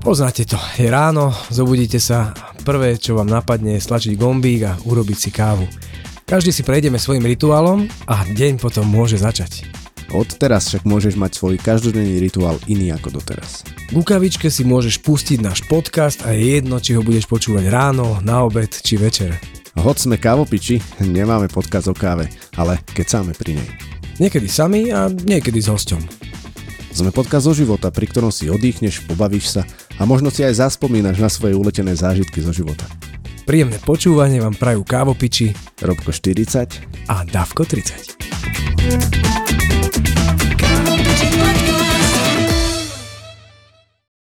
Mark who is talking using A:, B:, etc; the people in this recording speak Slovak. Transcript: A: Poznáte to, je ráno, zobudíte sa, prvé čo vám napadne je stlačiť gombík a urobiť si kávu. Každý si prejdeme svojim rituálom a deň potom môže začať.
B: Od teraz však môžeš mať svoj každodenný rituál iný ako doteraz.
A: K kukavičke si môžeš pustiť náš podcast a je jedno, či ho budeš počúvať ráno, na obed či večer.
B: Hoď sme kávopiči, nemáme podkaz o káve, ale kecáme pri nej.
A: Niekedy sami a niekedy s hosťom.
B: Sme podkaz zo života, pri ktorom si oddychneš, pobavíš sa a možno si aj zaspomínaš na svoje uletené zážitky zo života.
A: Príjemné počúvanie vám prajú kávopiči
B: Robko 40,
A: a Davko 30.